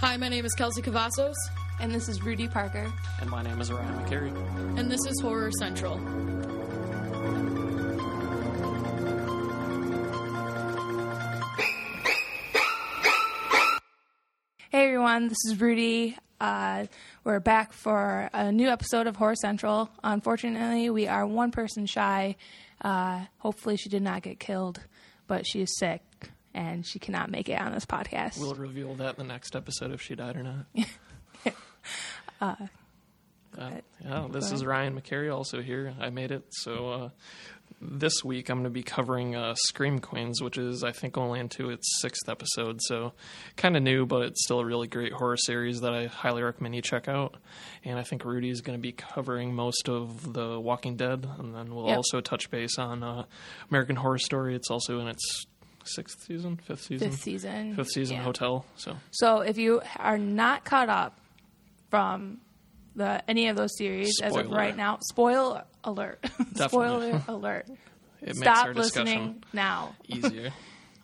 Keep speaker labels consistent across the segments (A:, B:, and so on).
A: Hi, my name is Kelsey Cavazos,
B: And this is Rudy Parker.
C: And my name is Ryan McCary.
A: and this is Horror Central.
B: Hey everyone, this is Rudy. Uh, we're back for a new episode of Horror Central. Unfortunately, we are one person shy. Uh, hopefully, she did not get killed, but she is sick and she cannot make it on this podcast.
C: We'll reveal that in the next episode if she died or not. uh,
B: Uh,
C: yeah, this is Ryan McCary also here. I made it. So uh, this week I'm going to be covering uh, Scream Queens, which is, I think, only into its sixth episode. So kind of new, but it's still a really great horror series that I highly recommend you check out. And I think Rudy is going to be covering most of The Walking Dead. And then we'll
B: Yep.
C: also touch base on uh, American Horror Story. It's also in its sixth season, fifth season.
B: Fifth season.
C: fifth season
B: Yeah.
C: hotel. So
B: So, if you are not caught up from the any of those series as of
C: Spoiler.
B: right now, spoil alert.
C: Definitely.
B: spoiler alert.
C: it makes our
B: Stop
C: discussion
B: listening now.
C: easier.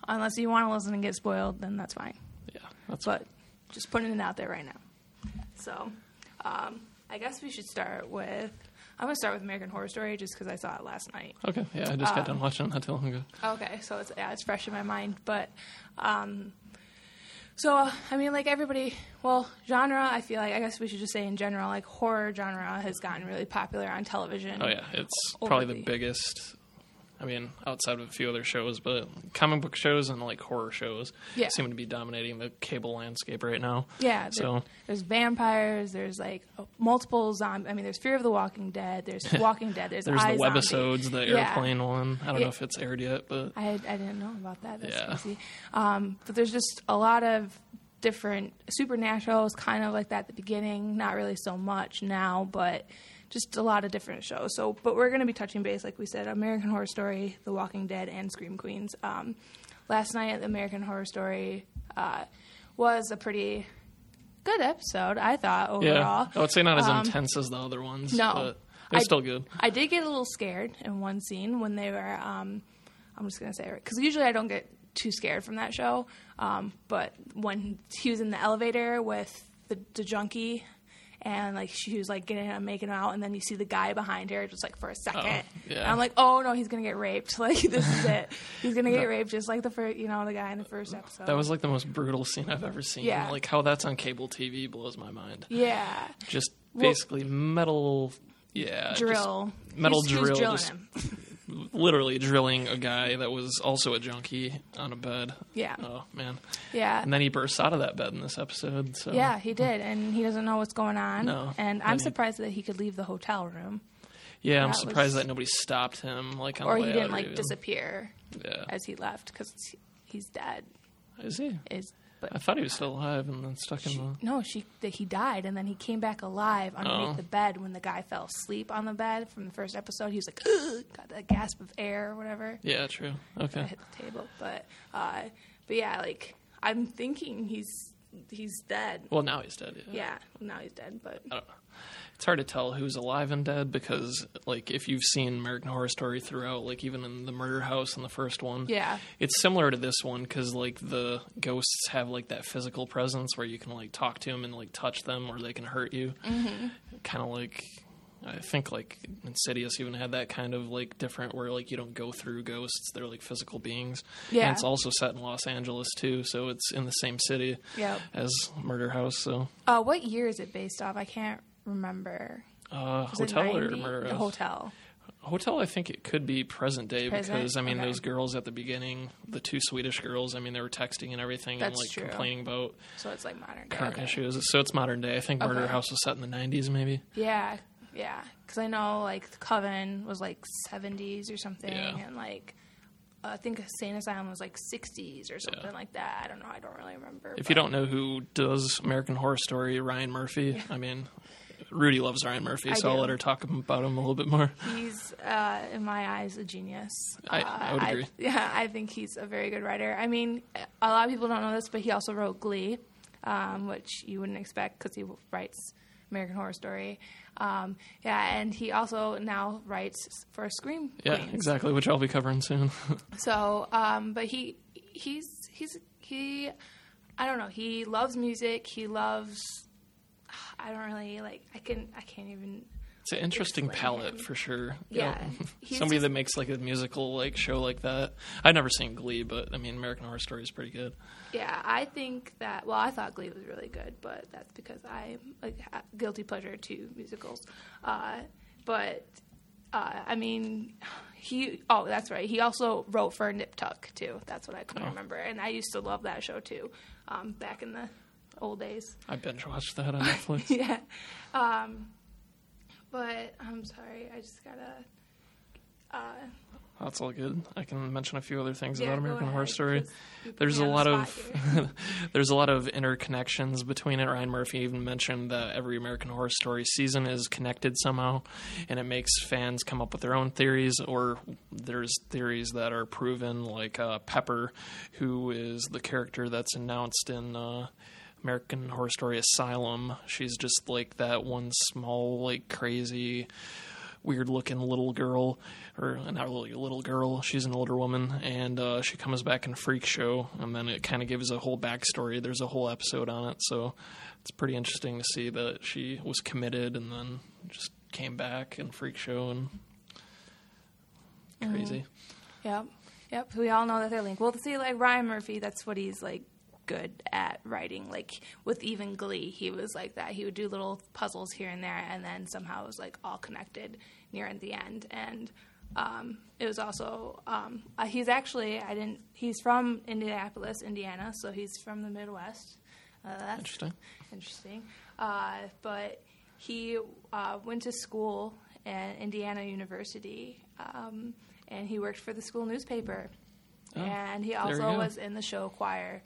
B: Unless you want to listen and get spoiled, then that's fine.
C: yeah, that's
B: but just putting it out there right now. So, um, I guess we should start with. I'm gonna start with American Horror Story just because I saw it last night.
C: okay. Yeah, I just
B: uh,
C: got done watching that too long ago.
B: Okay, so it's yeah, it's fresh in my mind, but um, so uh, I mean, like everybody, well, genre. I feel like I guess we should just say in general, like horror genre has gotten really popular on television.
C: Oh yeah, it's
B: Over
C: probably the
B: the-
C: biggest. I mean, outside of a few other shows, but comic book shows and like horror shows
B: Yeah.
C: seem to be dominating the cable landscape right now.
B: Yeah, there-
C: So-
B: there's vampires. There's like multiple zombie. I mean, there's Fear of the Walking Dead. There's Walking Dead. There's
C: There's
B: I,
C: the
B: Zombie.
C: webisodes, the
B: Yeah.
C: airplane one. I don't
B: Yeah.
C: know if it's aired yet, but
B: I, had, I didn't know about that. That's
C: Yeah.
B: crazy. Um, but there's just a lot of different supernaturals, kind of like that at the beginning. Not really so much now, but just a lot of different shows. So, but we're going to be touching base, like we said, American Horror Story, The Walking Dead, and Scream Queens. Um, last night at the American Horror Story uh, was a pretty good episode, I thought overall.
C: yeah, I would say not as intense as the other ones.
B: Um, no.
C: but it's
B: I-
C: still good.
B: I did get a little scared in one scene when they were. Um, I'm just gonna say it because usually I don't get too scared from that show. Um, but when he was in the elevator with the, the junkie, and like she was like getting and making out, and then you see the guy behind her just like for a second.
C: yeah.
B: And I'm like, oh no, he's gonna get raped. Like this is it. He's gonna get raped just like the first, you know, the guy in the first episode.
C: That was like the most brutal scene I've ever seen.
B: Yeah.
C: Like how that's on cable TV blows my mind.
B: yeah.
C: Just basically metal. Yeah, just
B: Drill.
C: metal
B: He was- he was
C: drill,
B: drilling
C: just-
B: him.
C: literally drilling a guy that was also a junkie on a bed.
B: Yeah.
C: Oh man.
B: Yeah.
C: And then he bursts out of that bed in this episode. So
B: Yeah, he did, and he doesn't know what's going on.
C: Oh. No.
B: and
C: And
B: I'm
C: he-
B: surprised that he could leave the hotel room,
C: Yeah, I'm
B: That
C: surprised
B: was-
C: that nobody stopped him. Like on
B: or
C: the
B: he
C: way
B: didn't
C: out
B: like
C: even.
B: disappear
C: Yeah.
B: as he left because he's dead.
C: Is he?
B: Is but
C: I thought he was still alive and then stuck in the.
B: no, she that he died, and then he came back alive underneath
C: Oh.
B: the bed when the guy fell asleep on the bed from the first episode. He was like, Ugh, got that gasp of air or whatever.
C: Yeah, true. Okay.
B: hit the table, but uh, but yeah, like I'm thinking he's he's dead.
C: Well, now he's dead. Yeah.
B: Yeah, now he's dead, but
C: It's hard to tell who's alive and dead because, like, if you've seen American Horror Story throughout, like even in the Murder House in the first one,
B: Yeah.
C: it's similar to this one because, like, the ghosts have like that physical presence where you can like talk to them and like touch them or they can hurt you.
B: Mm-hmm.
C: Kind of like, I think like Insidious even had that kind of like different where like you don't go through ghosts; they're like physical beings.
B: Yeah.
C: and it's also set in Los Angeles too, so it's in the same city
B: Yep.
C: as Murder House. So,
B: uh, what year is it based off? I can't remember.
C: uh,
B: Was it
C: hotel or
B: 90?
C: Murder
B: The
C: House?
B: hotel.
C: Hotel, I think it could be present day
B: Present?
C: because I mean
B: Okay.
C: those girls at the beginning, the two Swedish girls. I mean they were texting and everything and
B: That's
C: like
B: true.
C: complaining about
B: So it's like modern day.
C: current
B: okay.
C: issues. So it's modern day. I think Murder
B: Okay.
C: House was set in the '90s, maybe.
B: Yeah, yeah. Because I know like Coven was like 70s or something,
C: Yeah.
B: and like uh, I think Saint Asylum was like 60s or something like that. I don't know. I don't really remember.
C: If you don't know who does American Horror Story, Ryan Murphy. I mean, Rudy loves Ryan Murphy, so I'll
B: do.
C: let her talk about him a little bit more.
B: he's uh, in my eyes a genius.
C: I-
B: Uh,
C: I would agree.
B: yeah, I think he's a very good writer. I mean, a lot of people don't know this, but he also wrote Glee, um, which you wouldn't expect because he writes American Horror Story. Um, yeah, and he also now writes for Scream
C: Yeah,
B: Queens.
C: exactly, which I'll be covering soon.
B: So, um, but he he's he's he I don't know. He loves music. He loves. I don't really like. I can. I can't even.
C: It's an interesting
B: Explain
C: palette
B: him.
C: for sure.
B: Yeah. He's
C: Somebody
B: just-
C: that makes like a musical like show like that. I've never seen Glee, but I mean American Horror Story is pretty good.
B: Yeah, I think that. Well, I thought Glee was really good, but that's because I'm a ha- guilty pleasure to musicals. Uh, but uh, I mean, he. Oh, that's right. He also wrote for Nip Tuck too. That's what I can remember, and I used to love that show too, um, back in the old days.
C: I binge watched that on Netflix.
B: yeah. Um, but I'm sorry. I just gotta. Uh,
C: That's all good. I can mention a few other things
B: Yeah,
C: about
B: go
C: American Horror
B: ahead,
C: Story.
B: 'cause you put
C: There's
B: me
C: a
B: on the
C: lot
B: spot
C: of there's a lot of interconnections between it. Ryan Murphy even mentioned that every American Horror Story season is connected somehow, and it makes fans come up with their own theories. Or there's theories that are proven, like uh, Pepper, who is the character that's announced in. Uh, American Horror Story Asylum. She's just like that one small, like crazy, weird looking little girl, or not really a little girl. She's an older woman, and uh, she comes back in a freak show, and then it kind of gives a whole backstory. There's a whole episode on it, so it's pretty interesting to see that she was committed and then just came back in freak show and
B: Mm-hmm.
C: crazy.
B: Yep. Yep. We all know that they're linked. Well, see, like Ryan Murphy, that's what he's like good at writing. Like with even Glee, he was like that. He would do little puzzles here and there, and then somehow it was like all connected near at the end. And um, it was also um, uh, he's actually I didn't. He's from Indianapolis, Indiana, so he's from the Midwest. Uh, that's
C: Interesting.
B: interesting. Uh, but he uh, went to school at Indiana University, um, and he worked for the school newspaper. and he
C: Oh, there you
B: also
C: go.
B: was in the show choir.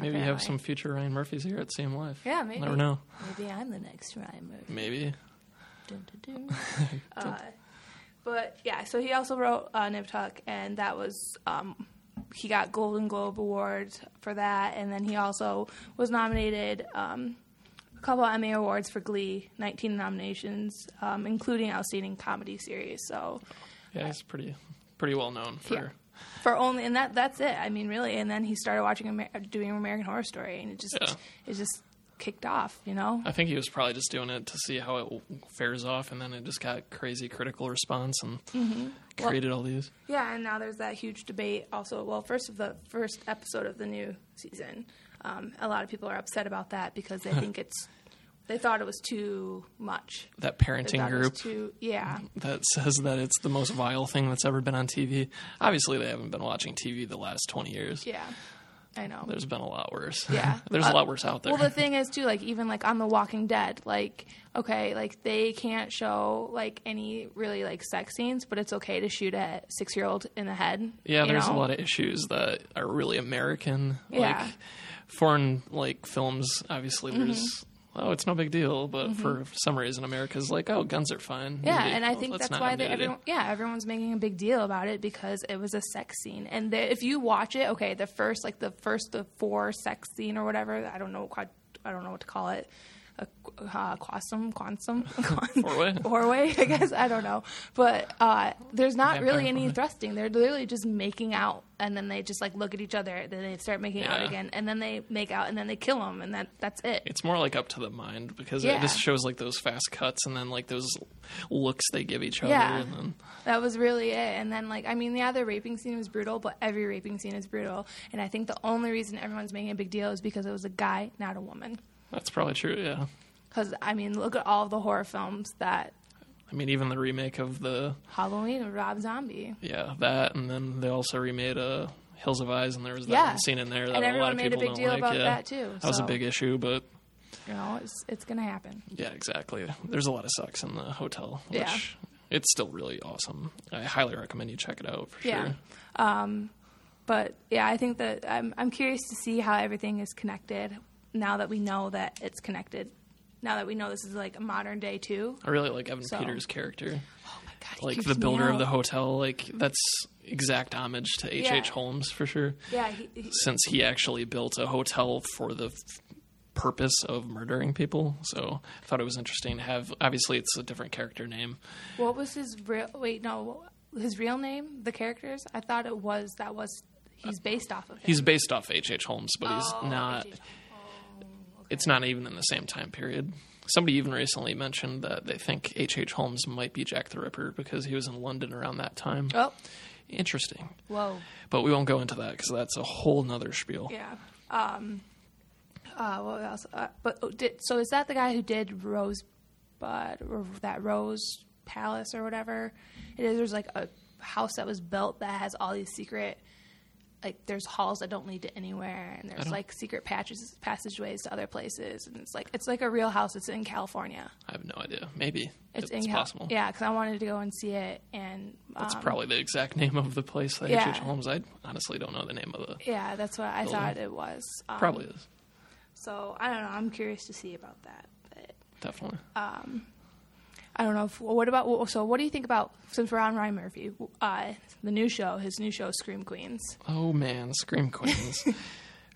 C: Maybe you have
B: apparently.
C: some future Ryan Murphys here at CM Live.
B: Yeah, maybe.
C: Never know.
B: Maybe I'm the next rhymer.
C: Maybe.
B: Dun, dun, dun. uh, but yeah, so he also wrote uh, Nip Tuck, and that was um, he got Golden Globe Award for that, and then he also was nominated um, a couple Emmy Awards for Glee, 19 nominations, um, including Outstanding Comedy Series. So
C: Yeah, he's pretty pretty well known for.
B: Yeah. for only and that that's it. I mean, really. And then he started watching Amer- doing American Horror Story, and it just
C: Yeah.
B: it just kicked off, you know.
C: I think he was probably just doing it to see how it fares off, and then it just got crazy critical response and
B: Mm-hmm.
C: created all these.
B: Yeah, and now there's that huge debate. Also, well, first of the first episode of the new season, um, a lot of people are upset about that because they think it's they thought it was too much.
C: That
B: They
C: parenting
B: thought it was
C: group Mm-hmm.
B: too yeah.
C: that says that it's the most vile thing that's ever been on TV. Obviously, they haven't been watching TV the last 20 years.
B: Yeah, I know.
C: There's been a lot worse.
B: Yeah.
C: There's
B: Uh,
C: a lot worse out there.
B: Well, the thing is too, like even like on The Walking Dead, like okay, like they can't show like any really like sex scenes, but it's okay to shoot a six year old in the head.
C: yeah,
B: you
C: there's
B: know?
C: a lot of issues that are really American.
B: Yeah. Mm-hmm.
C: Like foreign like films, obviously, there's. Oh, it's no big deal, but for some reason, America's like, "Oh, guns are fine."
B: Yeah,
C: Nudity.
B: and I
C: Well,
B: think
C: let's
B: that's
C: not
B: why
C: have
B: they,
C: nudity.
B: everyone, yeah, everyone's making a big deal about it because it was a sex scene. And the, if you watch it, okay, the first like the first the four sex scene or whatever, I don't know quad, I don't know what to call it. A qu- uh, quantum, quantum,
C: Four-way? Mm-hmm.
B: four-way, I guess I don't know, but uh, there's not
C: Vampire
B: really any
C: four-way.
B: thrusting. They're literally just making out, and then they just like look at each other, then they start making out
C: Yeah.
B: again, and then they make out, and then they kill them, and that that's it.
C: it's more like up to the mind because
B: Yeah.
C: it just shows like those fast cuts and then like those looks they give each other
B: Yeah.
C: and then
B: That was really it. And then, like, I mean, yeah, the raping scene was brutal, but every raping scene is brutal. And I think the only reason everyone's making a big deal is because it was a guy, not a woman.
C: that's probably true yeah
B: Because, I mean, look at all the horror films that
C: i mean even the remake of the
B: Halloween and Rob Zombie.
C: yeah that and then they also remade uh hills of eyes and there was that
B: Yeah.
C: one scene in there that
B: And
C: a lot
B: everyone
C: of
B: made a
C: people
B: big
C: don't
B: deal
C: like
B: about
C: yeah.
B: that, too,
C: that was a
B: so-
C: big issue but
B: You know, it's, it's going to happen.
C: yeah exactly there's a lot of sex in the hotel which
B: Yeah.
C: it's still really awesome i highly recommend you check it out for
B: Yeah. Um,
C: sure
B: But, yeah, I think that I'm, I'm curious to see how everything is connected now that we know that it's connected. Now that we know this is like a modern day, too.
C: i really like evan
B: So-
C: peters character
B: Oh my God, he
C: like
B: creeps
C: the
B: me
C: builder of
B: out.
C: the hotel like that's exact homage to hh
B: Yeah.
C: holmes for sure
B: Yeah, he, he,
C: since he actually built a hotel for the f- purpose of murdering people. So I thought it was interesting to have. Obviously, it's a different character name.
B: What was his real? Wait, no, his real name. The characters. I thought it was that was he's based off of. Him.
C: He's based off H.H. H. Holmes, but he's
B: Oh,
C: not.
B: H.H.
C: It's not even in the same time period. Somebody even recently mentioned that they think H.H. H. Holmes might be Jack the Ripper because he was in London around that time.
B: Oh,
C: Interesting.
B: whoa.
C: But we won't go into that because that's a whole nother spiel.
B: Yeah. Um, uh, what else? Uh, but oh, did, so is that the guy who did Rosebud or that Rose Palace or whatever? It is. There's like a house that was built that has all these secret. Like there's halls that don't lead to anywhere, and there's
C: don't-
B: like secret patches, passageways to other places, and it's like it's like a real house. It's in California.
C: I have no idea. Maybe
B: It's,
C: it's,
B: in Cal-
C: possible.
B: Yeah, because I wanted to go and see it, and
C: That's
B: um,
C: probably the exact name of the place that H.H.
B: yeah.
C: H. Holmes. I honestly don't know the name of the.
B: yeah, that's what I
C: Building.
B: thought it was. Um,
C: Probably is
B: So I don't know. I'm curious to see about that, but
C: definitely.
B: I don't know. If, well, what about so? What do you think about since we're on Ryan Murphy, uh, the new show, his new show, Scream Queens?
C: Oh man, Scream Queens.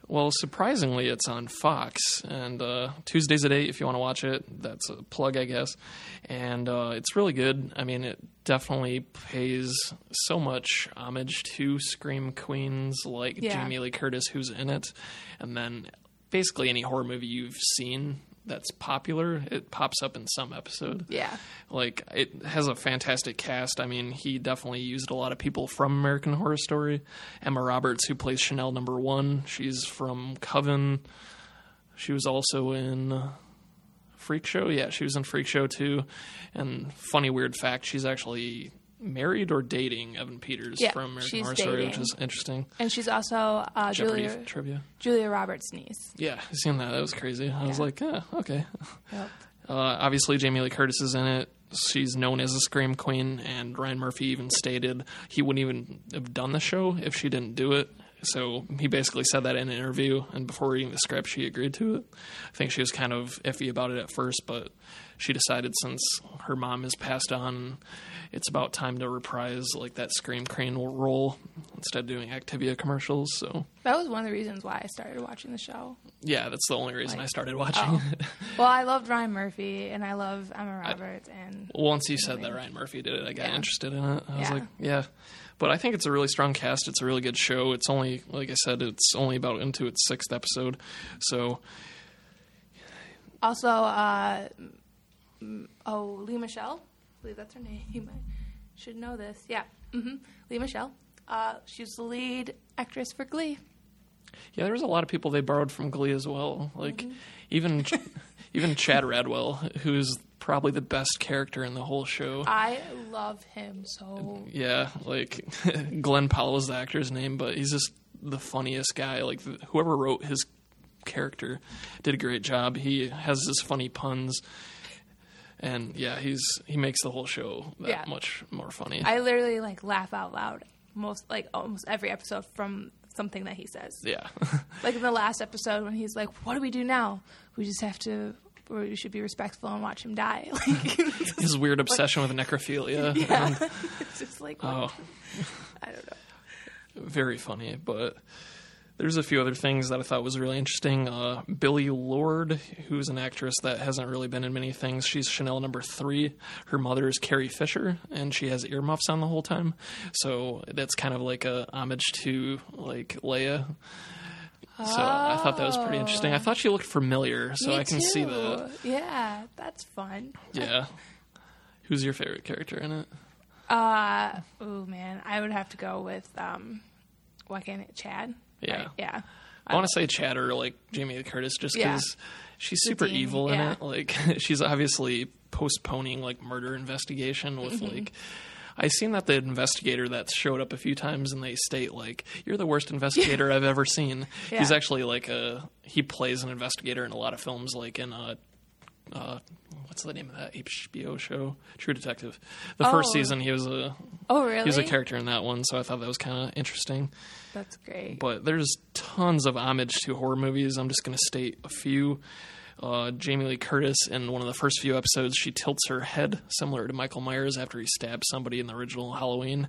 C: well, surprisingly, it's on Fox and uh, Tuesdays at eight. If you want to watch it, that's a plug, I guess. And uh, it's really good. I mean, it definitely pays so much homage to Scream Queens, like
B: Yeah.
C: Jamie Lee Curtis, who's in it, and then basically any horror movie you've seen that's popular, it pops up in some episode
B: Yeah,
C: like it has a fantastic cast. I mean, he definitely used a lot of people from American Horror Story. Emma Roberts, who plays Chanel Number One, she's from Coven. She was also in Freak Show. Yeah, she was in Freak Show too. And funny, weird fact: she's actually married or dating Evan Peters
B: Yeah,
C: from American
B: she's
C: Horror Story, which
B: dating.
C: is interesting.
B: and she's also uh,
C: Jeopardy
B: Julia
C: trivia.
B: Julia Roberts' niece.
C: Yeah, I seen that. That was crazy. I was
B: Yeah.
C: like, yeah, okay. Uh, obviously, Jamie Lee Curtis is in it. She's known as a scream queen, and Ryan Murphy even stated he wouldn't even have done the show if she didn't do it. So he basically said that in an interview, and before reading the script, she agreed to it. I think she was kind of iffy about it at first, but she decided since her mom has passed on, it's about time to reprise like that scream queen role instead of doing Activia commercials. So
B: That was one of the reasons why I started watching the show.
C: yeah, that's the only reason I started watching it.
B: Well, I loved Ryan Murphy, and I love Emma Roberts, and
C: once you said that Ryan Murphy did it, I got
B: Yeah.
C: interested in it. I was
B: Yeah.
C: like, yeah. But I think it's a really strong cast. It's a really good show. It's only, like I said, it's only about into its sixth episode. So,
B: also uh, mm, oh Lee Michelle, I believe that's her name. You might, should know this. Yeah, hmm Lee Michelle. Uh, she's the lead actress for Glee.
C: yeah, there was a lot of people they borrowed from Glee as well. Like,
B: Mm-hmm.
C: even even Chad Radwell, who's probably the best character in the whole show.
B: I love him so
C: yeah, like Glenn Powell is the actor's name, but he's just the funniest guy. Like th- whoever wrote his character did a great job. He has his funny puns, and yeah, he's he makes the whole show that
B: Yeah.
C: much more funny.
B: I literally like laugh out loud most like almost every episode from something that he says.
C: yeah,
B: Like in the last episode when he's like, "What do we do now? We just have to, or we should be respectful and watch him die." Like
C: his weird obsession with necrophilia.
B: it's just like
C: Oh.
B: I don't know.
C: very funny. But there's a few other things that I thought was really interesting. Uh, Billy Lord, who's an actress that hasn't really been in many things, she's Chanel number three. Her mother is Carrie Fisher, and she has earmuffs on the whole time. So that's kind of like a homage to like Leia. So I thought that was pretty interesting. I thought she looked familiar, so
B: Me
C: Oh, I can see
B: too.
C: that.
B: Yeah, that's fun.
C: Yeah. Who's your favorite character in it?
B: Uh, oh man, I would have to go with um, why can't it Chad?
C: Yeah.
B: Right? Yeah.
C: I want to say Chad or like Jamie Lee Curtis just
B: Yeah.
C: because she's super
B: dean,
C: evil in
B: yeah.
C: it. Like she's obviously postponing like murder investigation with
B: Mm-hmm.
C: like. I seen that the investigator that showed up a few times and they state like you're the worst investigator I've ever seen. He's
B: Yeah.
C: actually like a he plays an investigator in a lot of films like in uh uh what's the name of that HBO show True Detective. The first
B: Oh.
C: season he was a
B: Oh really?
C: he was a character in that one so I thought that was kind of interesting
B: That's great.
C: but there's tons of homage to horror movies. I'm just going to state a few. Uh, Jamie Lee Curtis, in one of the first few episodes, she tilts her head, similar to Michael Myers after he stabs somebody in the original Halloween.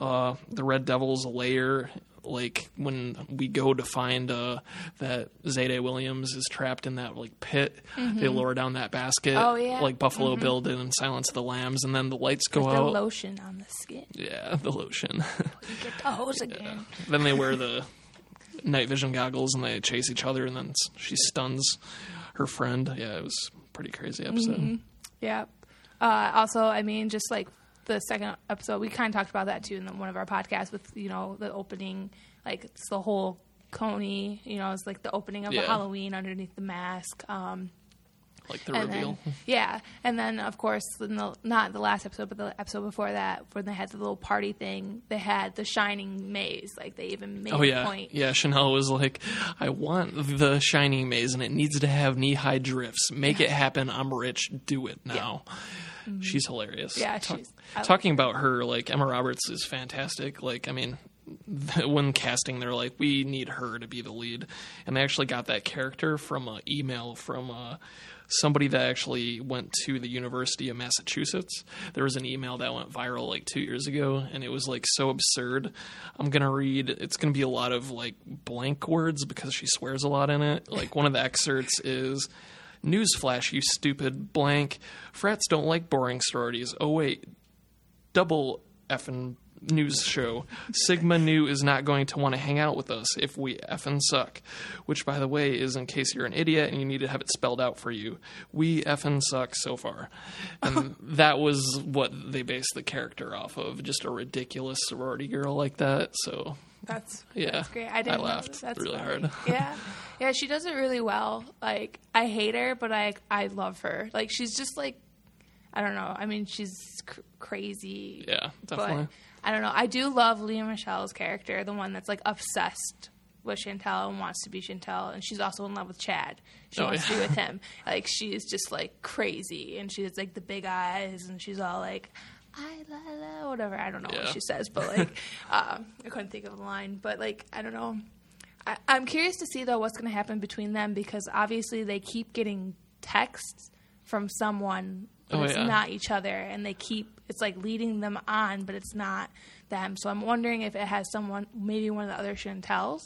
C: Uh, the Red Devil's lair like when we go to find uh, that Zayday Williams is trapped in that like pit. They lower down that basket,
B: Mm-hmm. Oh, yeah.
C: like Buffalo Bill did in Silence of the Lambs, and then the lights go
B: The
C: out.
B: lotion on the skin.
C: yeah, the lotion.
B: Get the hose again.
C: then they wear the night vision goggles and they chase each other, and then s- she stuns her friend. Yeah, it was a pretty crazy episode.
B: Mm-hmm. Yeah. Uh, also, I mean, just like the second episode, we kind of talked about that too in the, one of our podcasts with, you know, the opening, like it's the whole Coney, you know, it's like the opening of
C: Yeah.
B: the Halloween underneath the mask. Um,
C: Like the
B: and
C: reveal.
B: Then, yeah. And then, of course, in the, not the last episode, but the episode before that, when they had the little party thing, they had the shining maze. Like they even made
C: Oh
B: a
C: yeah,
B: point.
C: yeah. Chanel was like, "I want the shining maze, and it needs to have knee-high drifts. Make it happen. I'm rich. Do it now." She's hilarious.
B: Mm-hmm. Yeah,
C: Ta-
B: she's- I like
C: talking about her, like Emma Roberts is fantastic. Like, I mean, when casting, they're like, "We need her to be the lead," and they actually got that character from an email from uh, somebody that actually went to the University of Massachusetts. There was an email that went viral like two years ago, and it was like so absurd. I'm gonna read. It's gonna be a lot of like blank words because she swears a lot in it. Like one of the excerpts is. Newsflash, you stupid blank. Frats don't like boring sororities. Oh, wait. Double effing news show. Sigma Nu is not going to want to hang out with us if we effing suck. Which, by the way, is in case you're an idiot and you need to have it spelled out for you. We effing suck so far. And that was what they based the character off of. Just a ridiculous sorority girl like that. So,
B: That's
C: Yeah.
B: That's great.
C: I
B: I didn't. know
C: laughed
B: that. That's
C: really
B: funny.
C: hard.
B: yeah, yeah. She does it really well. Like I hate her, but I I love her. Like she's just like I don't know. I mean, she's cr- crazy.
C: yeah, definitely.
B: But I don't know. I do love Leah Michelle's character, the one that's like obsessed with Chantel and wants to be Chantel, and she's also in love with Chad. She
C: Oh,
B: wants
C: yeah.
B: to be with him. Like she's just like crazy, and she has like the big eyes, and she's all like, "I la la," whatever. I don't know
C: Yeah.
B: what she says, but like, um, I couldn't think of the line. But like, I don't know. I, I'm curious to see though what's going to happen between them because obviously they keep getting texts from someone, but
C: Oh,
B: it's
C: yeah.
B: not each other, and they keep it's like leading them on, but it's not them. So I'm wondering if it has someone, maybe one of the other Chantels,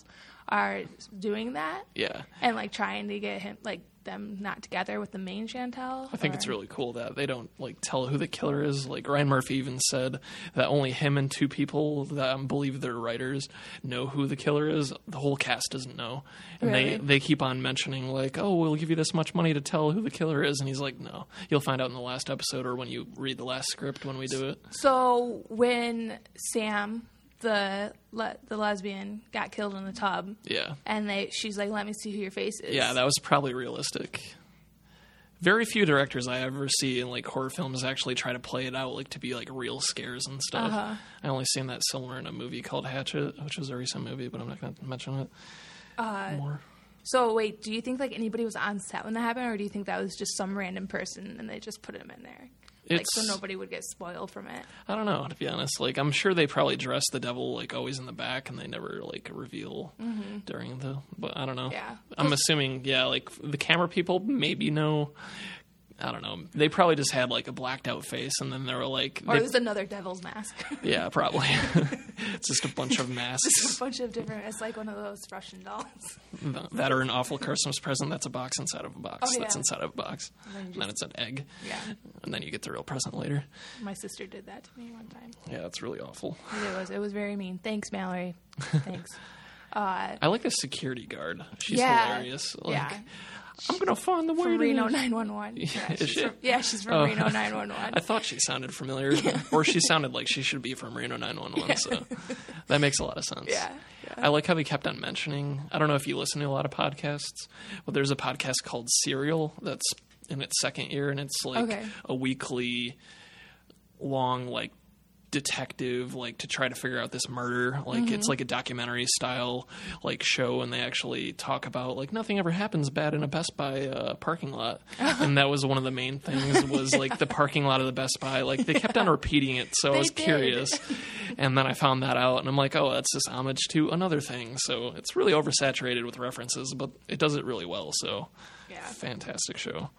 B: are doing that
C: yeah.
B: and like trying to get him like them not together with the main Chantel.
C: I think it's really cool that they don't like tell who the killer is. Like Ryan Murphy even said that only him and two people that um, believe they're writers know who the killer is. The whole cast doesn't know, and they
B: Really?
C: they keep on mentioning like, "Oh, we'll give you this much money to tell who the killer is," and he's like, "No, you'll find out in the last episode or when you read the last script when we do it."
B: So when Sam, the le- the lesbian, got killed in the tub,
C: Yeah,
B: and they she's like, "Let me see who your face is."
C: yeah, that was probably realistic. Very few directors I ever see in like horror films actually try to play it out like to be like real scares and stuff. I only seen that similar in a movie called Hatchet, which was a recent movie, but I'm not going to mention it more.
B: so wait, do you think like anybody was on set when that happened, or do you think that was just some random person and they just put him in there? Like so
C: It's-
B: nobody would get spoiled from it.
C: I don't know to be honest. Like I'm sure they probably dress the devil like always in the back, and they never like reveal during the. But I don't know.
B: Yeah.
C: I'm assuming yeah, like the camera people maybe know. I don't know. They probably just had like a blacked out face, and then they were like,
B: Or
C: they-
B: it was another devil's mask.
C: yeah, probably. it's just a bunch of masks.
B: a bunch of different. It's like one of those Russian dolls.
C: th- that are an awful Christmas present. That's a box inside of a box.
B: Oh,
C: That's
B: yeah.
C: inside of a box. And
B: then
C: then,
B: you
C: it's an egg.
B: Yeah.
C: And then you get the real present later.
B: My sister did that to me one time.
C: Yeah, that's really awful.
B: It was. It was very mean. Thanks, Mallory. Thanks. Uh,
C: I like the security guard. She's
B: Yeah.
C: hilarious. Like,
B: yeah.
C: I'm gonna find the
B: From
C: word.
B: Reno
C: in it.
B: 911. Yeah,
C: Is
B: she's
C: she?
B: from, yeah, she's from
C: Oh.
B: Reno
C: I
B: 911.
C: thought she sounded familiar, or she sounded like she should be from Reno 911. So that makes a lot of sense.
B: Yeah,
C: I like how they kept on mentioning. I don't know if you listen to a lot of podcasts, but there's a podcast called Serial that's in its second year, and it's like
B: Okay.
C: a weekly long like detective like to try to figure out this murder like
B: Mm-hmm.
C: it's like a documentary style like show and they actually talk about like nothing ever happens bad in a best buy uh, parking lot and that was one of the main things was like the parking lot of the best buy like they kept on repeating it so i
B: They
C: was
B: did.
C: curious and then i found that out and i'm like oh that's just homage to another thing so it's really oversaturated with references but it does it really well so
B: Yeah.
C: fantastic show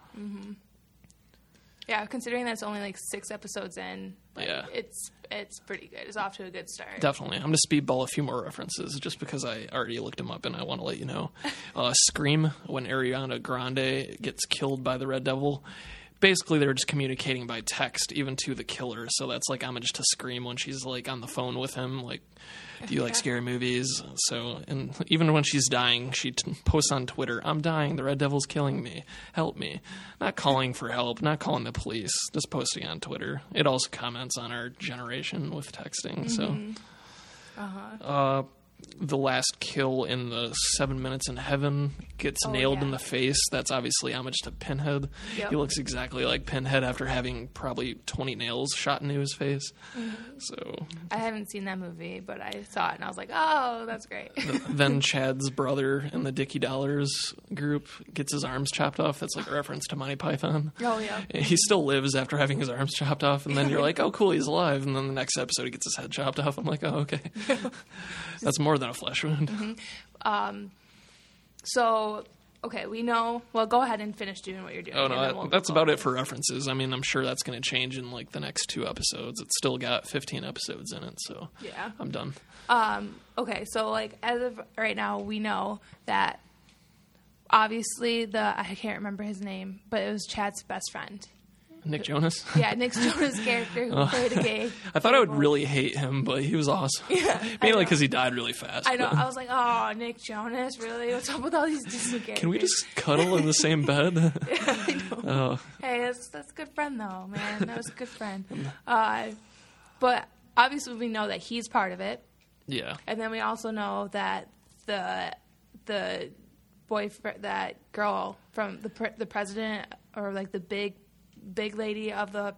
B: Yeah, considering that's only like six episodes in, like,
C: Yeah.
B: it's it's pretty good. It's off to a good start.
C: Definitely. I'm going to speedball a few more references just because I already looked them up and I want to let you know. Uh, Scream, when Ariana Grande gets killed by the Red Devil, basically they're just communicating by text, even to the killer. So that's like homage to Scream when she's like on the phone with him, like, do you like scary movies? So, and even when she's dying, she t- posts on Twitter, I'm dying, the Red Devil's killing me, help me. Not calling for help, not calling the police, just posting on Twitter. It also comments on our generation with texting, so the last kill in the Seven Minutes in Heaven gets
B: Oh,
C: nailed
B: yeah.
C: in the face. That's obviously homage to Pinhead.
B: Yep.
C: He looks exactly like Pinhead after having probably 20 nails shot into his face.
B: Mm-hmm.
C: So
B: I haven't seen that movie, but I saw it and I was like, oh, that's great.
C: then Chad's brother in the Dicky Dollars group gets his arms chopped off. That's like a reference to Monty Python.
B: oh yeah,
C: He still lives after having his arms chopped off, and then you're like, "Oh, cool, he's alive." And then the next episode, he gets his head chopped off. I'm like, "Oh, okay, that's more than a flesh wound."
B: So, okay, we know. Well, go ahead and finish doing what you're doing.
C: Oh
B: and
C: no,
B: then
C: that,
B: we'll-
C: that's
B: we'll-
C: about it for references. I mean, I'm sure that's going to change in like the next two episodes. It's still got 15 episodes in it, so
B: Yeah.
C: I'm done.
B: Okay, so like as of right now, we know that obviously the I can't remember his name, but it was Chad's best friend.
C: Nick Jonas.
B: Yeah, Nick Jonas' character who played a gay.
C: I thought I would
B: cannibal.
C: really hate him, but he was awesome.
B: Yeah, I
C: Mainly
B: know.
C: because he died really fast.
B: I know.
C: but-
B: I was like, oh, Nick Jonas, really? What's up with all these Disney characters?
C: Can we just cuddle in the same bed?
B: Hey, that's that's a good friend though, man. That was a good friend.
C: Mm.
B: Uh, but obviously, we know that he's part of it.
C: yeah.
B: And then we also know that the the boyfriend, that girl from the pre- the president or like the big big lady of the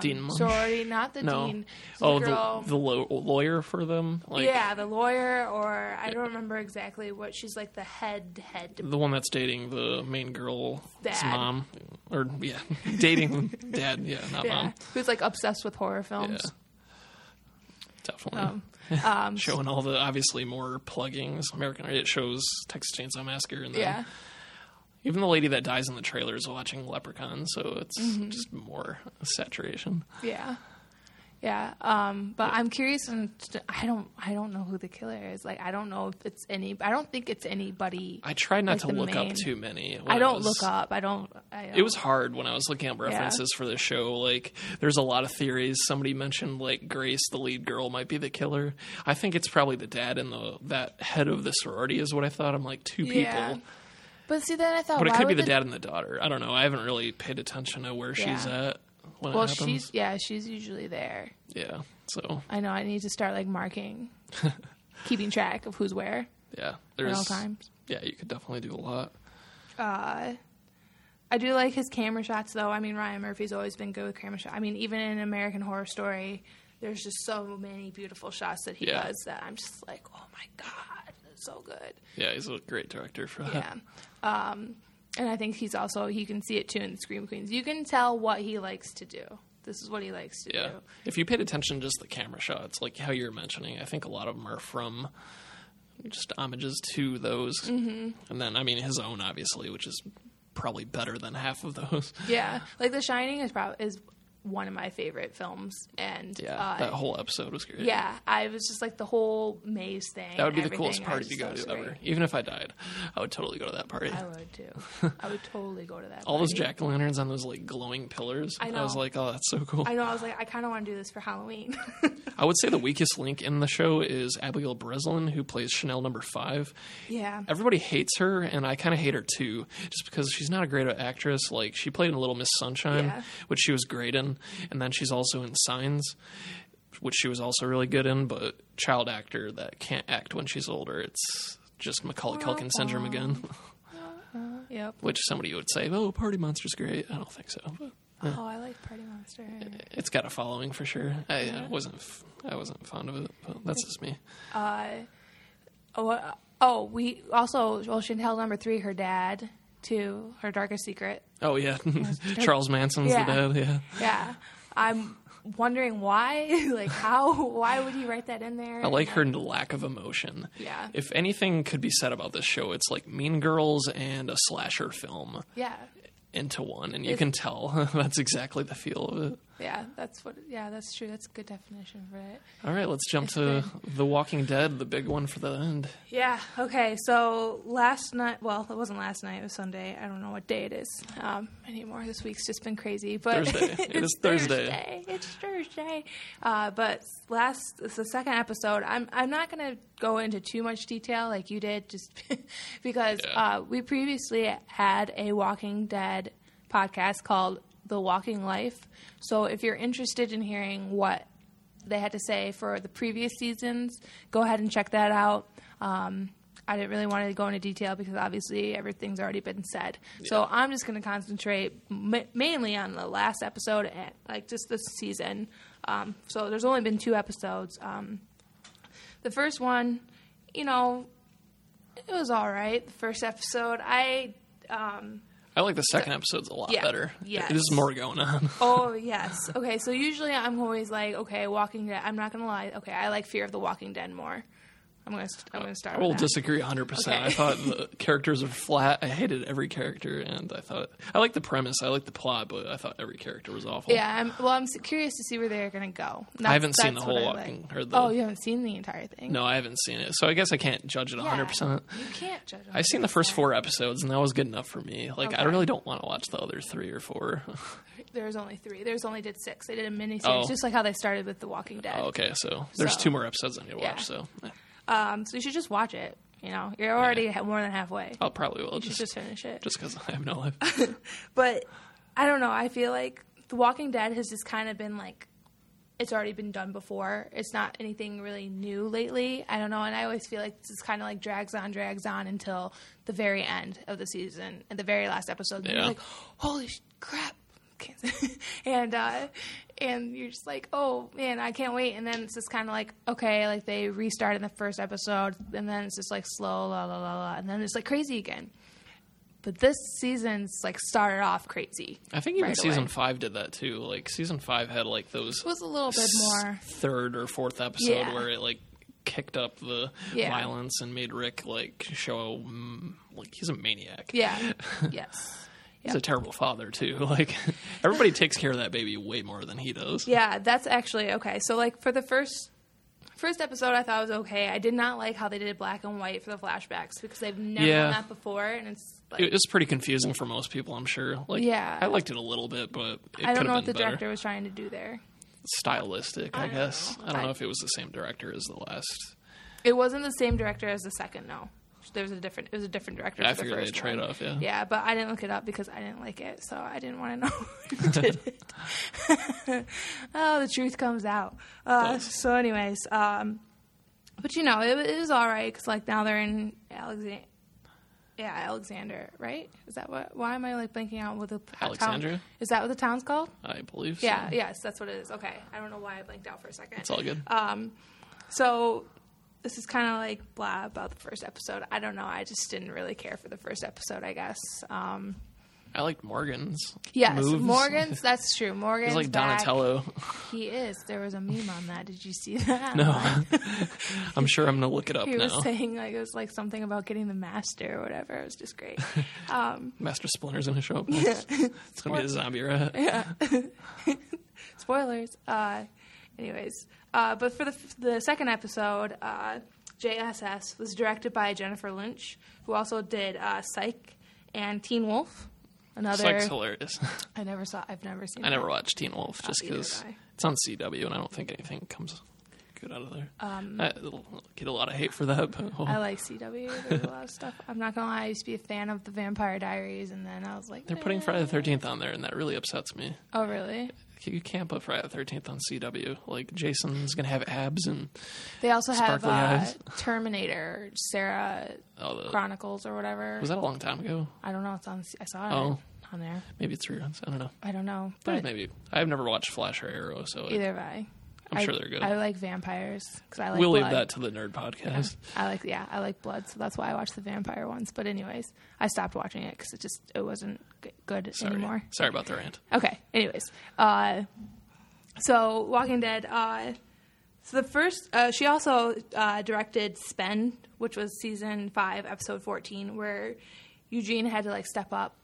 C: Dean Munch.
B: sorority, not the
C: No.
B: dean.
C: oh,
B: the Um, girl.
C: the, the lo- lawyer for them? Like,
B: yeah, the lawyer, or I don't remember exactly what she's like. The head, head.
C: The one that's dating the main girl's
B: Dad.
C: mom. Or, yeah, dating dad. Yeah, not
B: Yeah,
C: mom.
B: who's like obsessed with horror films.
C: Definitely.
B: Um,
C: showing all the obviously more pluggings. American it shows Texas Chainsaw Massacre, and then
B: yeah.
C: even the lady that dies in the trailer is watching Leprechaun, so it's
B: Mm-hmm.
C: just more saturation.
B: Yeah. Yeah. Um, but I'm curious and I don't I don't know who the killer is. Like I don't know if it's any I don't think it's anybody
C: I tried not
B: Like
C: to
B: the
C: look
B: main-
C: up too many. when
B: I don't
C: was-
B: look up. I don't I don't
C: It was hard when I was looking up references for the show. Like, there's a lot of theories. Somebody mentioned like Grace, the lead girl, might be the killer. I think it's probably the dad and the that head of the sorority is what I thought. I'm like two people.
B: Yeah. But see then I thought
C: But it
B: why
C: could be
B: would
C: the, dad and the daughter. I don't know. I haven't really paid attention to where she's
B: Yeah.
C: at when
B: Well
C: it happens.
B: she's yeah, she's usually there.
C: Yeah. So
B: I know I need to start like marking keeping track of who's where
C: yeah,
B: at
C: there's
B: all times.
C: yeah, you could definitely do a lot.
B: I do like his camera shots, though. I mean, Ryan Murphy's always been good with camera shots. I mean, even in American Horror Story, there's just so many beautiful shots that he
C: Yeah.
B: does that I'm just like, oh my god, that's so good.
C: Yeah, he's a great director for that.
B: Yeah. um, and I think he's also you can see it too in the Scream Queens. You can tell what he likes to do. This is what he likes to
C: Yeah.
B: do.
C: If you paid attention to just the camera shots, like how you're mentioning, I think a lot of them are from just homages to those. Mm-hmm. And then, I mean, his own, obviously, which is probably better than half of those.
B: Yeah, like The Shining is probably is one of my favorite films, and
C: Yeah.
B: uh,
C: that whole episode was great.
B: yeah, I was just like the whole maze thing.
C: That would be
B: and
C: the coolest
B: everything, I
C: party to
B: just
C: go
B: thought
C: to
B: it was
C: ever.
B: great.
C: Even if I died, I would totally go to that party.
B: I would too. I would totally go to that.
C: All those
B: party.
C: jack o' lanterns on those like glowing pillars.
B: I
C: was
B: know.
C: like, oh, that's so cool.
B: I know. I was like, I kind of want to do this for Halloween.
C: I would say the weakest link in the show is Abigail Breslin, who plays Chanel number five.
B: yeah.
C: Everybody hates her, and I kind of hate her too, just because she's not a great actress. Like, she played in Little Miss Sunshine,
B: Yeah.
C: which she was great in, and then she's also in Signs, which she was also really good in, but child actor that can't act when she's older. It's just Macaulay Culkin syndrome again,
B: Yep.
C: which somebody would say, oh, Party Monster's great. I don't think so. But
B: Oh, I like Party Monster.
C: it's got a following for sure. I, I wasn't. F- I wasn't fond of it, but that's just me.
B: Oh, uh, oh, we also well, Chantel number three, her dad, too, her darkest secret.
C: Oh yeah, Charles Manson's
B: Yeah.
C: the dad. Yeah,
B: Yeah, I'm wondering why, like how, why would he write that in there?
C: I like her lack of emotion.
B: Yeah.
C: If anything could be said about this show, it's like Mean Girls and a slasher film.
B: Yeah,
C: into one, and you
B: It's-
C: can tell that's exactly the feel of it.
B: Yeah, that's what. Yeah, that's true. That's a good definition for it.
C: All right, let's jump
B: It's
C: to The Walking Dead, the big one for the end.
B: Yeah. Okay. So last night, well, it wasn't last night. It was Sunday. I don't know what day it is um, anymore. This week's just been crazy. But
C: Thursday. It
B: it's
C: is Thursday.
B: Thursday. It's Thursday. Uh, but last, it's the second episode. I'm I'm not gonna go into too much detail like you did, just because
C: Yeah.
B: uh, we previously had a Walking Dead podcast called The Walking Life. So if you're interested in hearing what they had to say for the previous seasons. Go ahead and check that out. Um, I didn't really want to go into detail because obviously everything's already been said. So I'm just going to concentrate ma mainly on the last episode, and, like just this season. Um, so there's only been two episodes. Um, the first one, you know, it was all right. The first episode, I
C: I like the second episode's a lot
B: Yeah.
C: better.
B: Yes.
C: There's more going on.
B: Oh yes. Okay. So usually I'm always like, okay, Walking Dead. I'm not gonna lie. Okay, I like Fear of the Walking Dead more. I'm gonna. St- I'm gonna start.
C: I will
B: with that.
C: disagree 100%. I
B: Okay.
C: thought the characters are flat. I hated every character, and I thought I liked the premise, I liked the plot, but I thought every character was awful.
B: Yeah. I'm, well, I'm s- curious to see where they're gonna go. That's,
C: haven't seen
B: that's
C: the
B: what
C: whole
B: I like.
C: Walking- or the-
B: oh, you haven't seen the entire thing.
C: No, I haven't seen it, so I guess I can't judge it 100%.
B: You can't judge.
C: I've seen the first four episodes, and that was good enough for me. Like, I
B: Okay.
C: really don't want to watch the other three or four.
B: There's only three. There's only did six. They did a mini series,
C: Oh.
B: just like how they started with the Walking Dead.
C: Oh, okay, so there's
B: So-
C: two more episodes I need to
B: Yeah.
C: watch, so eh,
B: Um. So you should just watch it. You know, you're already ha more than halfway.
C: I'll probably will
B: You should
C: just
B: just finish it.
C: just because I have no life.
B: but I don't know. I feel like The Walking Dead has just kind of been like it's already been done before. It's not anything really new lately. I don't know, and I always feel like this is kind of like drags on, drags on until the very end of the season and the very last episode. And
C: Yeah.
B: you're like, holy sh- crap! Can't say- and uh, and you're just like, oh man, I can't wait. And then it's just kind of like, okay, like they restart in the first episode, and then it's just like slow, la la la la, and then it's like crazy again. But this season's like started off crazy.
C: I think even
B: right
C: season
B: away.
C: five did that too. Like season five had like those
B: It was a little bit more.
C: third or fourth episode
B: Yeah.
C: where it like kicked up the
B: Yeah.
C: violence and made Rick like show mm, like he's a maniac.
B: Yeah. yes.
C: He's a terrible father too. Like everybody takes care of that baby way more than he does.
B: Yeah, that's actually okay. So like for the first first episode I thought was okay. I did not like how they did black and white for the flashbacks because they've never
C: Yeah.
B: done that before and it's like
C: It was pretty confusing for most people, I'm sure. Like
B: Yeah.
C: I liked it a little bit, but it
B: I
C: could
B: don't know
C: have
B: what
C: been
B: the
C: better.
B: director was trying to do there.
C: Stylistic, I,
B: don't
C: guess.
B: know.
C: I don't
B: I-
C: know if it was the same director as the last.
B: It wasn't the same director as the second, no. There was a different it was a different director
C: I
B: for the
C: figured they
B: first
C: trade
B: one.
C: off, yeah.
B: Yeah, but I didn't look it up because I didn't like it, so I didn't want to know who did it. oh, the truth comes out. Uh,
C: does.
B: so, anyways, um, but you know, it, it was all right because like now they're in Alexander. Yeah, Alexander, right? Is that what? Why am I like blanking out with the uh,
C: Alexandria?
B: Town? Is that what the town's called?
C: I believe so.
B: Yeah, yes, that's what it is. Okay, I don't know why I blanked out for a second.
C: It's all good.
B: Uh, So this is kind of like blah about the first episode. I don't know. I just didn't really care for the first episode. I guess. Um,
C: I liked Morgan's.
B: yes,
C: moves.
B: Morgan's. That's true.
C: He's
B: Morgan's
C: like
B: back.
C: Donatello.
B: He is. There was a meme on that. Did you see that?
C: No, Oh. I'm sure I'm gonna look it up
B: He was
C: now.
B: saying like it was like something about getting the master or whatever. It was just great.
C: Master Splinter's gonna show up. Next. It's gonna be a zombie rat.
B: Spoilers. Uh, anyways, uh, but for the the second episode, uh, JSS was directed by Jennifer Lynch, who also did uh, Psych and Teen Wolf. Another
C: Psych's hilarious.
B: I never saw. I've never seen.
C: I
B: that.
C: never watched Teen Wolf just
B: Neither
C: because
B: have I.
C: it's on CW, and I don't think anything comes good out of there. I, will get a lot of hate for that. But well,
B: Um, I like CW. There's a lot of stuff. I'm not gonna lie. I used to be a fan of the Vampire Diaries, and then I was like,
C: they're putting
B: "Nah."
C: Friday the Thirteenth on there, and that really upsets me.
B: Oh really?
C: You can't put Friday the Thirteenth on CW. Like Jason's gonna have abs and
B: They also have
C: Sparkly
B: uh,
C: eyes.
B: Terminator, Sarah
C: all the.
B: Chronicles, or whatever.
C: Was that a long time ago?
B: I don't know. It's on. I saw it
C: Oh.
B: on there.
C: Maybe it's reruns. I don't know.
B: I don't know,
C: But
B: but
C: maybe I've never watched Flash or Arrow, so
B: either have I.
C: I'm
B: I-
C: sure they're good.
B: I like vampires because I like.
C: we'll leave
B: blood.
C: that to the nerd podcast.
B: I like yeah, I like blood, so that's why I watched the vampire ones. But anyways, I stopped watching it because it just it wasn't g- good
C: Sorry.
B: anymore.
C: Sorry about the rant.
B: Okay. Anyways, uh, so Walking Dead. Uh, so the first, uh, she also uh, directed Spend, which was season five, episode fourteen, where Eugene had to like step up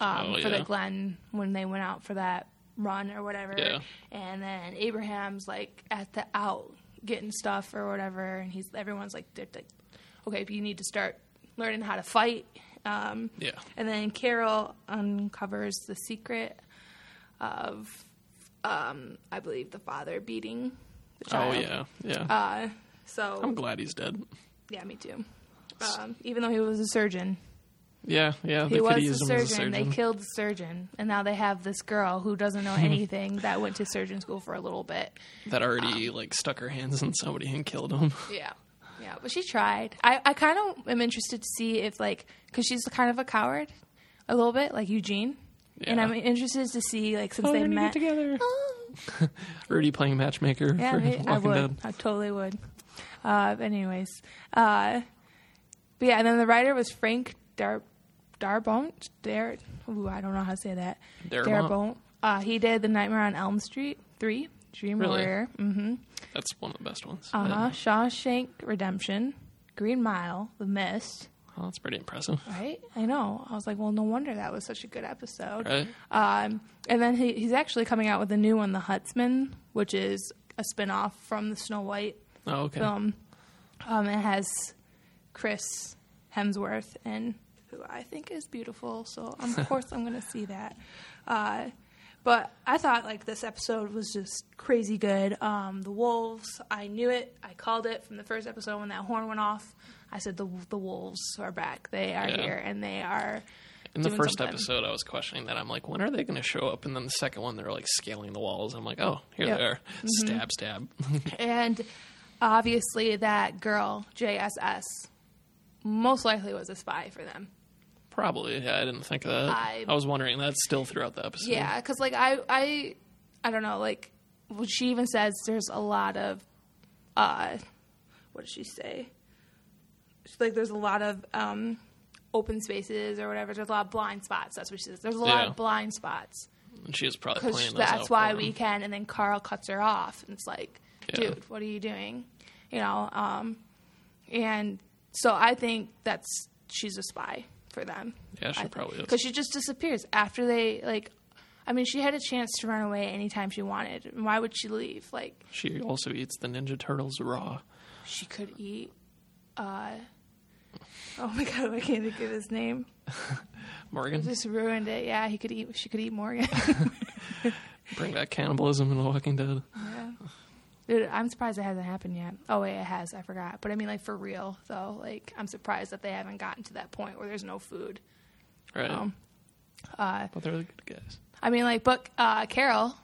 B: um,
C: Oh,
B: for the
C: yeah.
B: Glen when they went out for that run or whatever.
C: Yeah.
B: And then Abraham's like at the out getting stuff or whatever, and he's everyone's like, they're like, okay, but you need to start learning how to fight. Um,
C: Yeah.
B: and then Carol uncovers the secret of, um, I believe, the father beating the
C: Oh
B: child.
C: yeah, yeah.
B: Uh, so
C: I'm glad he's dead.
B: yeah, me too. Um, even though he was a surgeon,
C: Yeah, yeah. They
B: he
C: could
B: was
C: have
B: a
C: used him
B: surgeon.
C: as a surgeon.
B: They killed the surgeon, and now they have this girl who doesn't know anything that went to surgeon school for a little bit.
C: that
B: uh,
C: already like stuck her hands in somebody and killed him.
B: Yeah, yeah, but she tried. I, I kind of am interested to see if like because she's kind of a coward, a little bit like Eugene, and
C: Yeah.
B: I'm interested to see like since
C: Oh,
B: they
C: we're gonna
B: met.
C: get together.
B: Oh,
C: Rudy playing matchmaker
B: Yeah,
C: for
B: right. I
C: Walking Dead.
B: would. I totally would. Uh, but anyways, uh, but yeah, and then the writer was Frank Dar Darbont. Dar. Ooh, I don't know how to say that.
C: Darabont.
B: Uh, he did the Nightmare on Elm Street three, Dream
C: Really? Uh-huh.
B: Warrior,
C: That's one of the best ones.
B: uh huh, Shawshank Redemption, Green Mile, The Mist.
C: Oh, that's pretty impressive.
B: Right? I know. I was like, well, no wonder that was such a good episode.
C: Right.
B: Um, and then he, he's actually coming out with a new one, The Huntsman, which is a spin off from the Snow White
C: Oh, okay.
B: film. Um, it has Chris Hemsworth and who I think is beautiful, so of course I'm going to see that. Uh, but I thought like this episode was just crazy good. Um, the wolves, I knew it. I called it from the first episode when that horn went off. I said the the wolves are back. They are
C: Yeah.
B: here and they are.
C: In the
B: doing
C: first
B: something.
C: episode, I was questioning that. I'm like, when are they going to show up? And then the second one, they're like scaling the walls. I'm like, oh, here
B: Yep. Mm-hmm.
C: they are. Stab, stab.
B: And obviously, that girl JSS most likely was a spy for them.
C: Probably. Yeah, I didn't think of that.
B: I-
C: I, was wondering that still throughout the episode.
B: Yeah, because like I, I, I don't know. Like what she even says, there's a lot of, uh, what does she say? She's like, there's a lot of um, open spaces or whatever. There's a lot of blind spots. That's what she says. There's a lot
C: Yeah.
B: of blind spots
C: And she was probably playing
B: because
C: those out
B: that's why
C: for
B: we
C: him.
B: can. And then Carl cuts her off, and it's like,
C: Yeah.
B: dude, what are you doing? You know. Um, and so I think that's she's a spy for them.
C: Yeah, she probably is.
B: because she just disappears after they like. I mean, she had a chance to run away anytime she wanted. And Why would she leave? Like
C: She also eats the Ninja Turtles raw.
B: she could eat. Uh, oh my god, I can't think of his name.
C: Morgan,
B: Just ruined it. Yeah, he could eat. She could eat Morgan.
C: bring back cannibalism in The Walking Dead.
B: Yeah. Dude, I'm surprised it hasn't happened yet. Oh wait, it has. I forgot. But I mean, like for real though. Like I'm surprised that they haven't gotten to that point where there's no food.
C: Right.
B: Um, uh,
C: but they're the good guys.
B: I mean, like, but uh, Carol,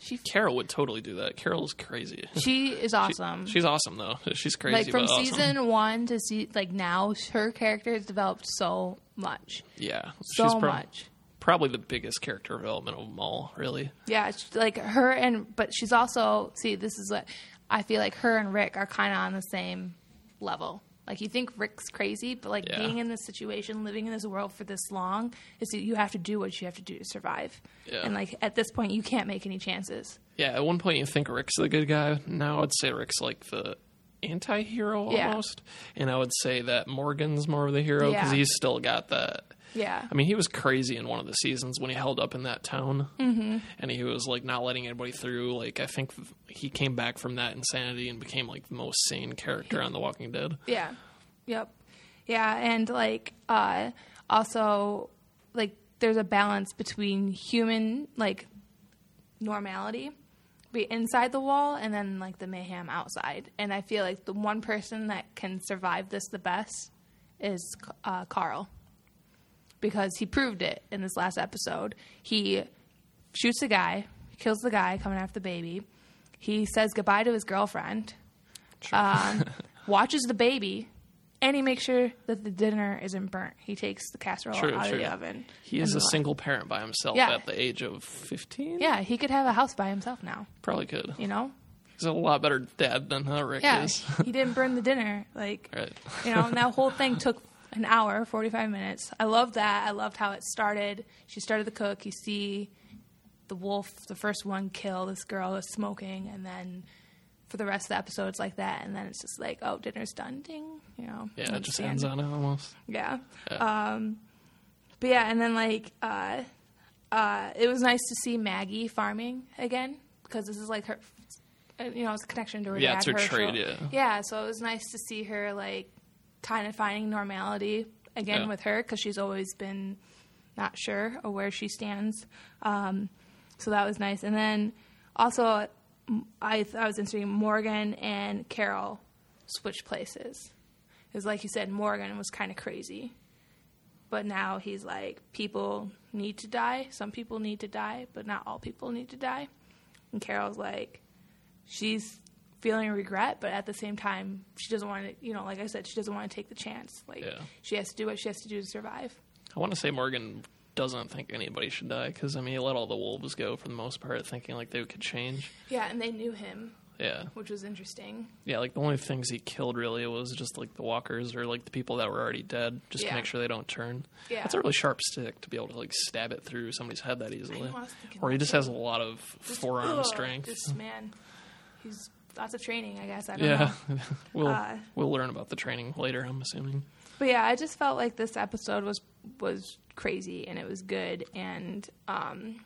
B: she
C: Carol would totally do that. Carol's crazy.
B: she is awesome.
C: She's awesome though. She's crazy.
B: Um, like from
C: but awesome.
B: season one to see like now, her character has developed so much,
C: yeah,
B: so
C: she's prob-
B: much.
C: probably the biggest character development of them all. Really,
B: Yeah, it's like her and but she's also see this is what I feel like her and Rick are kind of on the same level. Like you think Rick's crazy, but like
C: Yeah.
B: being in this situation, living in this world for this long, is that you have to do what you have to do to survive.
C: Yeah.
B: And like at this point, you can't make any chances.
C: yeah. At one point, you think Rick's the good guy. Now I'd say Rick's like the anti-hero
B: Yeah.
C: almost, and I would say that Morgan's more of the hero because
B: Yeah.
C: he's still got that.
B: Yeah.
C: I mean, he was crazy in one of the seasons when he held up in that town, mm-hmm. and he was like not letting anybody through. Like I think he came back from that insanity and became like the most sane character on The Walking Dead.
B: Yeah. Yep. Yeah, and like uh also like there's a balance between human like normality be inside the wall and then like the mayhem outside. And I feel like the one person that can survive this the best is uh, Carl because he proved it in this last episode. He shoots a guy, kills the guy coming after the baby. He says goodbye to his girlfriend, um, watches the baby, and he makes sure that the dinner isn't burnt. He takes the casserole
C: True,
B: out
C: true.
B: of the oven.
C: He is
B: and
C: a
B: the-
C: single parent by himself
B: Yeah.
C: at the age of 15.
B: Yeah, he could have a house by himself now.
C: Probably could.
B: You know.
C: He's a lot better dad than uh, Rick
B: Yeah,
C: is.
B: he didn't burn the dinner. Like,
C: right.
B: you know, and that whole thing took an hour, 45 minutes. I love that. I loved how it started. She started the cook. You see the wolf, the first one, kill this girl is smoking, and then for the rest of the episode, it's like that. And then it's just like, oh, dinner's done, ding, you know.
C: Yeah,
B: and
C: it just
B: the
C: ends
B: end.
C: on it almost.
B: Yeah. Um, But yeah, and then like uh, uh, it was nice to see Maggie farming again because this is like her, uh, you know, it's a connection to her.
C: Yeah,
B: dad,
C: it's her trade,
B: show.
C: yeah.
B: yeah. So it was nice to see her like kind of finding normality again
C: Yeah.
B: with her because she's always been not sure of where she stands. Um, so that was nice. And then also, m- I I was interesting. Morgan and Carol switched places. Because, like you said, Morgan was kind of crazy, but now he's like, people need to die. Some people need to die, but not all people need to die. And Carol's like, she's feeling regret, but at the same time, she doesn't want to. You know, like I said, she doesn't want to take the chance. Like
C: Yeah.
B: she has to do what she has to do to survive.
C: I want to say Morgan doesn't think anybody should die because I mean he let all the wolves go for the most part, thinking like they could change.
B: Yeah, and they knew him,
C: Yeah,
B: which was interesting.
C: yeah. Like the only things he killed really was just like the walkers or like the people that were already dead, just to
B: Yeah.
C: make sure they don't turn.
B: Yeah.
C: that's a really sharp stick to be able to like stab it through somebody's head that easily.
B: I was thinking
C: Or he
B: that
C: just has a lot of
B: Just-
C: forearm
B: ugh,
C: strength.
B: Just man, he's lots of training. I guess I don't know.
C: yeah, we'll
B: Uh,
C: we'll learn about the training later. I'm assuming.
B: But yeah, I just felt like this episode was was crazy and it was good and um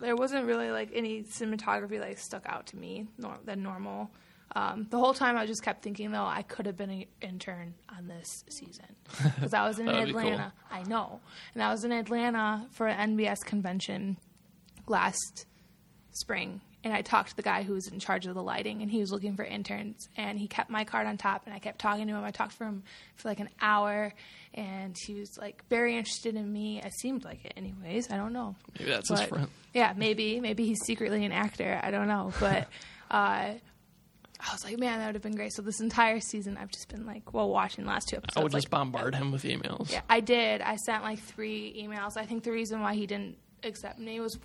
B: there wasn't really like any cinematography like stuck out to me nor- than normal. Um, the whole time I just kept thinking though I could have been an intern on this season because I was in
C: That would be cool.
B: Atlanta. I know, and I was in Atlanta for an NBS convention last spring and I talked to the guy who was in charge of the lighting and he was looking for interns and he kept my card on top and I kept talking to him. I talked for him for like an hour and he was like very interested in me. I seemed like it anyways. I don't know.
C: Maybe that's his
B: But-
C: friend.
B: Yeah, maybe. Maybe he's secretly an actor. I don't know. But uh I was like, man, that would have been great. So this entire season I've just been like, well, watching the last two episodes.
C: I would
B: like,
C: just bombard him with emails.
B: yeah, I did. I sent like three emails. I think the reason why he didn't accept me was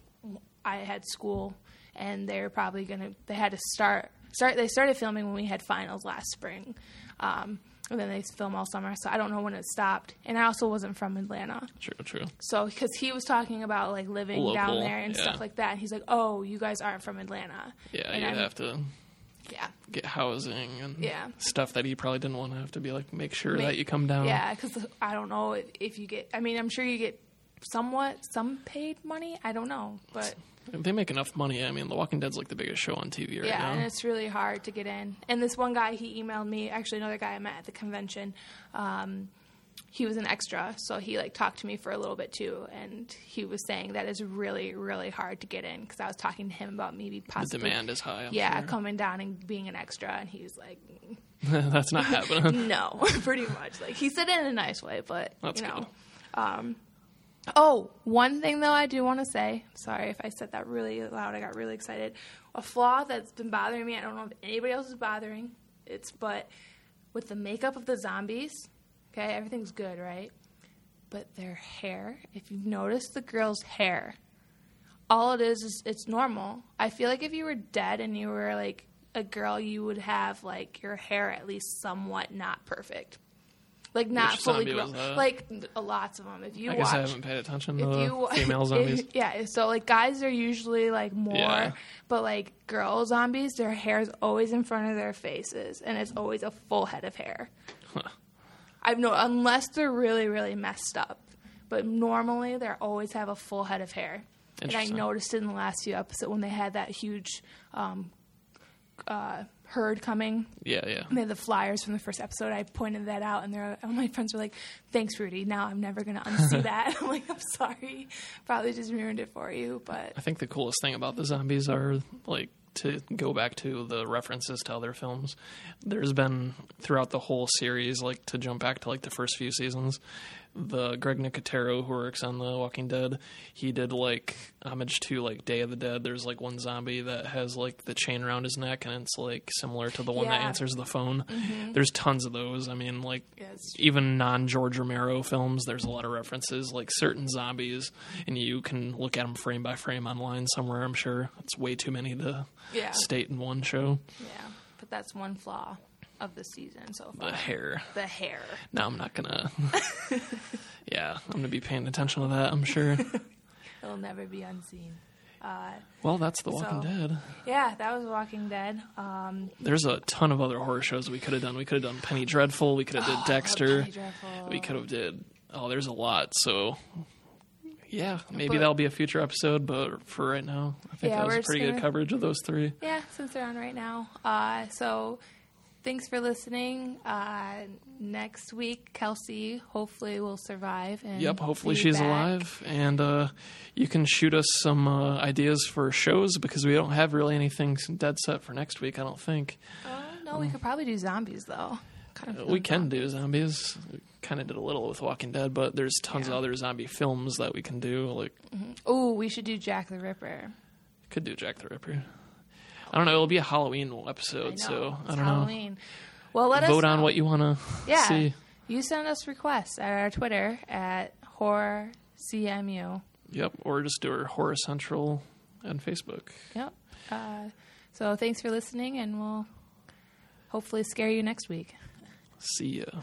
B: I had school, and they were probably gonna. They had to start start. They started filming when we had finals last spring, um, and then they film all summer. So I don't know when it stopped. And I also wasn't from Atlanta,
C: True, true.
B: so because he was talking about like living down
C: Local,
B: there and
C: yeah.
B: stuff like that, and he's like, "Oh, you guys aren't from Atlanta."
C: Yeah,
B: and
C: you'd
B: I'm-
C: have to
B: yeah.
C: get housing and
B: Yeah.
C: stuff that he probably didn't want to have to be like make sure
B: Ma-
C: that you come down.
B: Yeah, because I don't know if, if you get. I mean, I'm sure you get somewhat some paid money. I don't know, but
C: They make enough money. I mean, The Walking Dead's like the biggest show on TV right
B: yeah,
C: now.
B: and it's really hard to get in. And this one guy, he emailed me. Actually, another guy I met at the convention. Um, he was an extra, so he like talked to me for a little bit too, and he was saying that it's really, really hard to get in because I was talking to him about maybe
C: the
B: possibly
C: demand is high. I'm
B: yeah,
C: sure.
B: coming down and being an extra, and he was like,
C: that's not happening.
B: no, pretty much. Like he said it in a nice way, but
C: That's
B: you know.
C: good.
B: Um, oh, one thing though, I do want to say. Sorry if I said that really loud. I got really excited. A flaw that's been bothering me. I don't know if anybody else is bothering. It's but with the makeup of the zombies. Okay, everything's good, right? But their hair. If you've noticed the girl's hair, all it is is it's normal. I feel like if you were dead and you were like a girl, you would have like your hair at least somewhat not perfect, like not
C: Which
B: fully
C: zombie was
B: grown.
C: that?
B: Like uh, lots of them. If you
C: I guess
B: watch,
C: I haven't paid attention to
B: if
C: the
B: you wa-
C: female
B: if-
C: zombies.
B: yeah. So like guys are usually like more,
C: Yeah.
B: but like girl zombies, their hair is always in front of their faces, and it's always a full head of hair. I've no unless they're really really messed up, but normally they always have a full head of hair. And I
C: Interesting.
B: noticed it in the last few episodes when they had that huge um, uh, herd coming.
C: yeah, yeah.
B: They had the flyers from the first episode. I pointed that out, and they're, all my friends were like, "Thanks, Rudy. Now I'm never gonna unsee that." I'm like, "I'm sorry. Probably just ruined it for you." But
C: I think the coolest thing about the zombies are like to go back to the references to other films. There's been throughout the whole series, like to jump back to like the first few seasons, the Greg Nicotero who works on The Walking Dead, he did like homage to like Day of the Dead. There's like one zombie that has like the chain around his neck and it's like similar to the one that
B: Yeah.
C: answers the phone. There's tons of those. I mean, like
B: Mm-hmm. it's
C: even non George Romero films, there's a lot of references like certain zombies, and you can look at them frame by frame online somewhere. I'm sure it's way too many to
B: Yeah.
C: state in one show.
B: yeah, but that's one flaw of the season so far.
C: The hair.
B: The hair.
C: No, I'm not gonna. yeah, I'm gonna be paying attention to that. I'm sure.
B: It'll never be unseen.
C: Well, that's The Walking
B: So-
C: Dead.
B: Yeah, that was Walking Dead. Um,
C: There's a ton of other horror shows we could have done. We could have done Penny Dreadful. We could have did Dexter.
B: Ah, Penny Dreadful.
C: We could have did Oh, there's a lot. So, yeah, maybe
B: But-
C: that'll be a future episode. But for right now, I think
B: Yeah,
C: that
B: we're
C: was
B: just
C: pretty good
B: gonna-
C: coverage of those three.
B: Yeah, since they're on right now. Uh, so thanks for listening. Uh, next week, Kelsey hopefully will survive. And
C: Yep, hopefully
B: be
C: she's
B: back.
C: alive. And uh, you can shoot us some uh, ideas for shows because we don't have really anything dead set for next week, I don't think. Uh,
B: Uh, no, we could probably do zombies though. Kind
C: We can do zombies. Kind of did a little with Walking Dead, but there's tons of
B: Yeah.
C: other zombie films that we can do. Like,
B: Oh, we should do Jack the Ripper.
C: could do Jack the Ripper. I don't know. It'll be a Halloween
B: I
C: episode,
B: know,
C: so
B: it's
C: I don't
B: Halloween. Well, let
C: know.
B: us
C: Vote on
B: know.
C: what you want to
B: Yeah,
C: see.
B: you send us requests at our Twitter at horror cmu.
C: Yep, or just do our Horror Central on Facebook.
B: Yep. Uh, so thanks for listening, and we'll hopefully scare you next week.
C: See ya.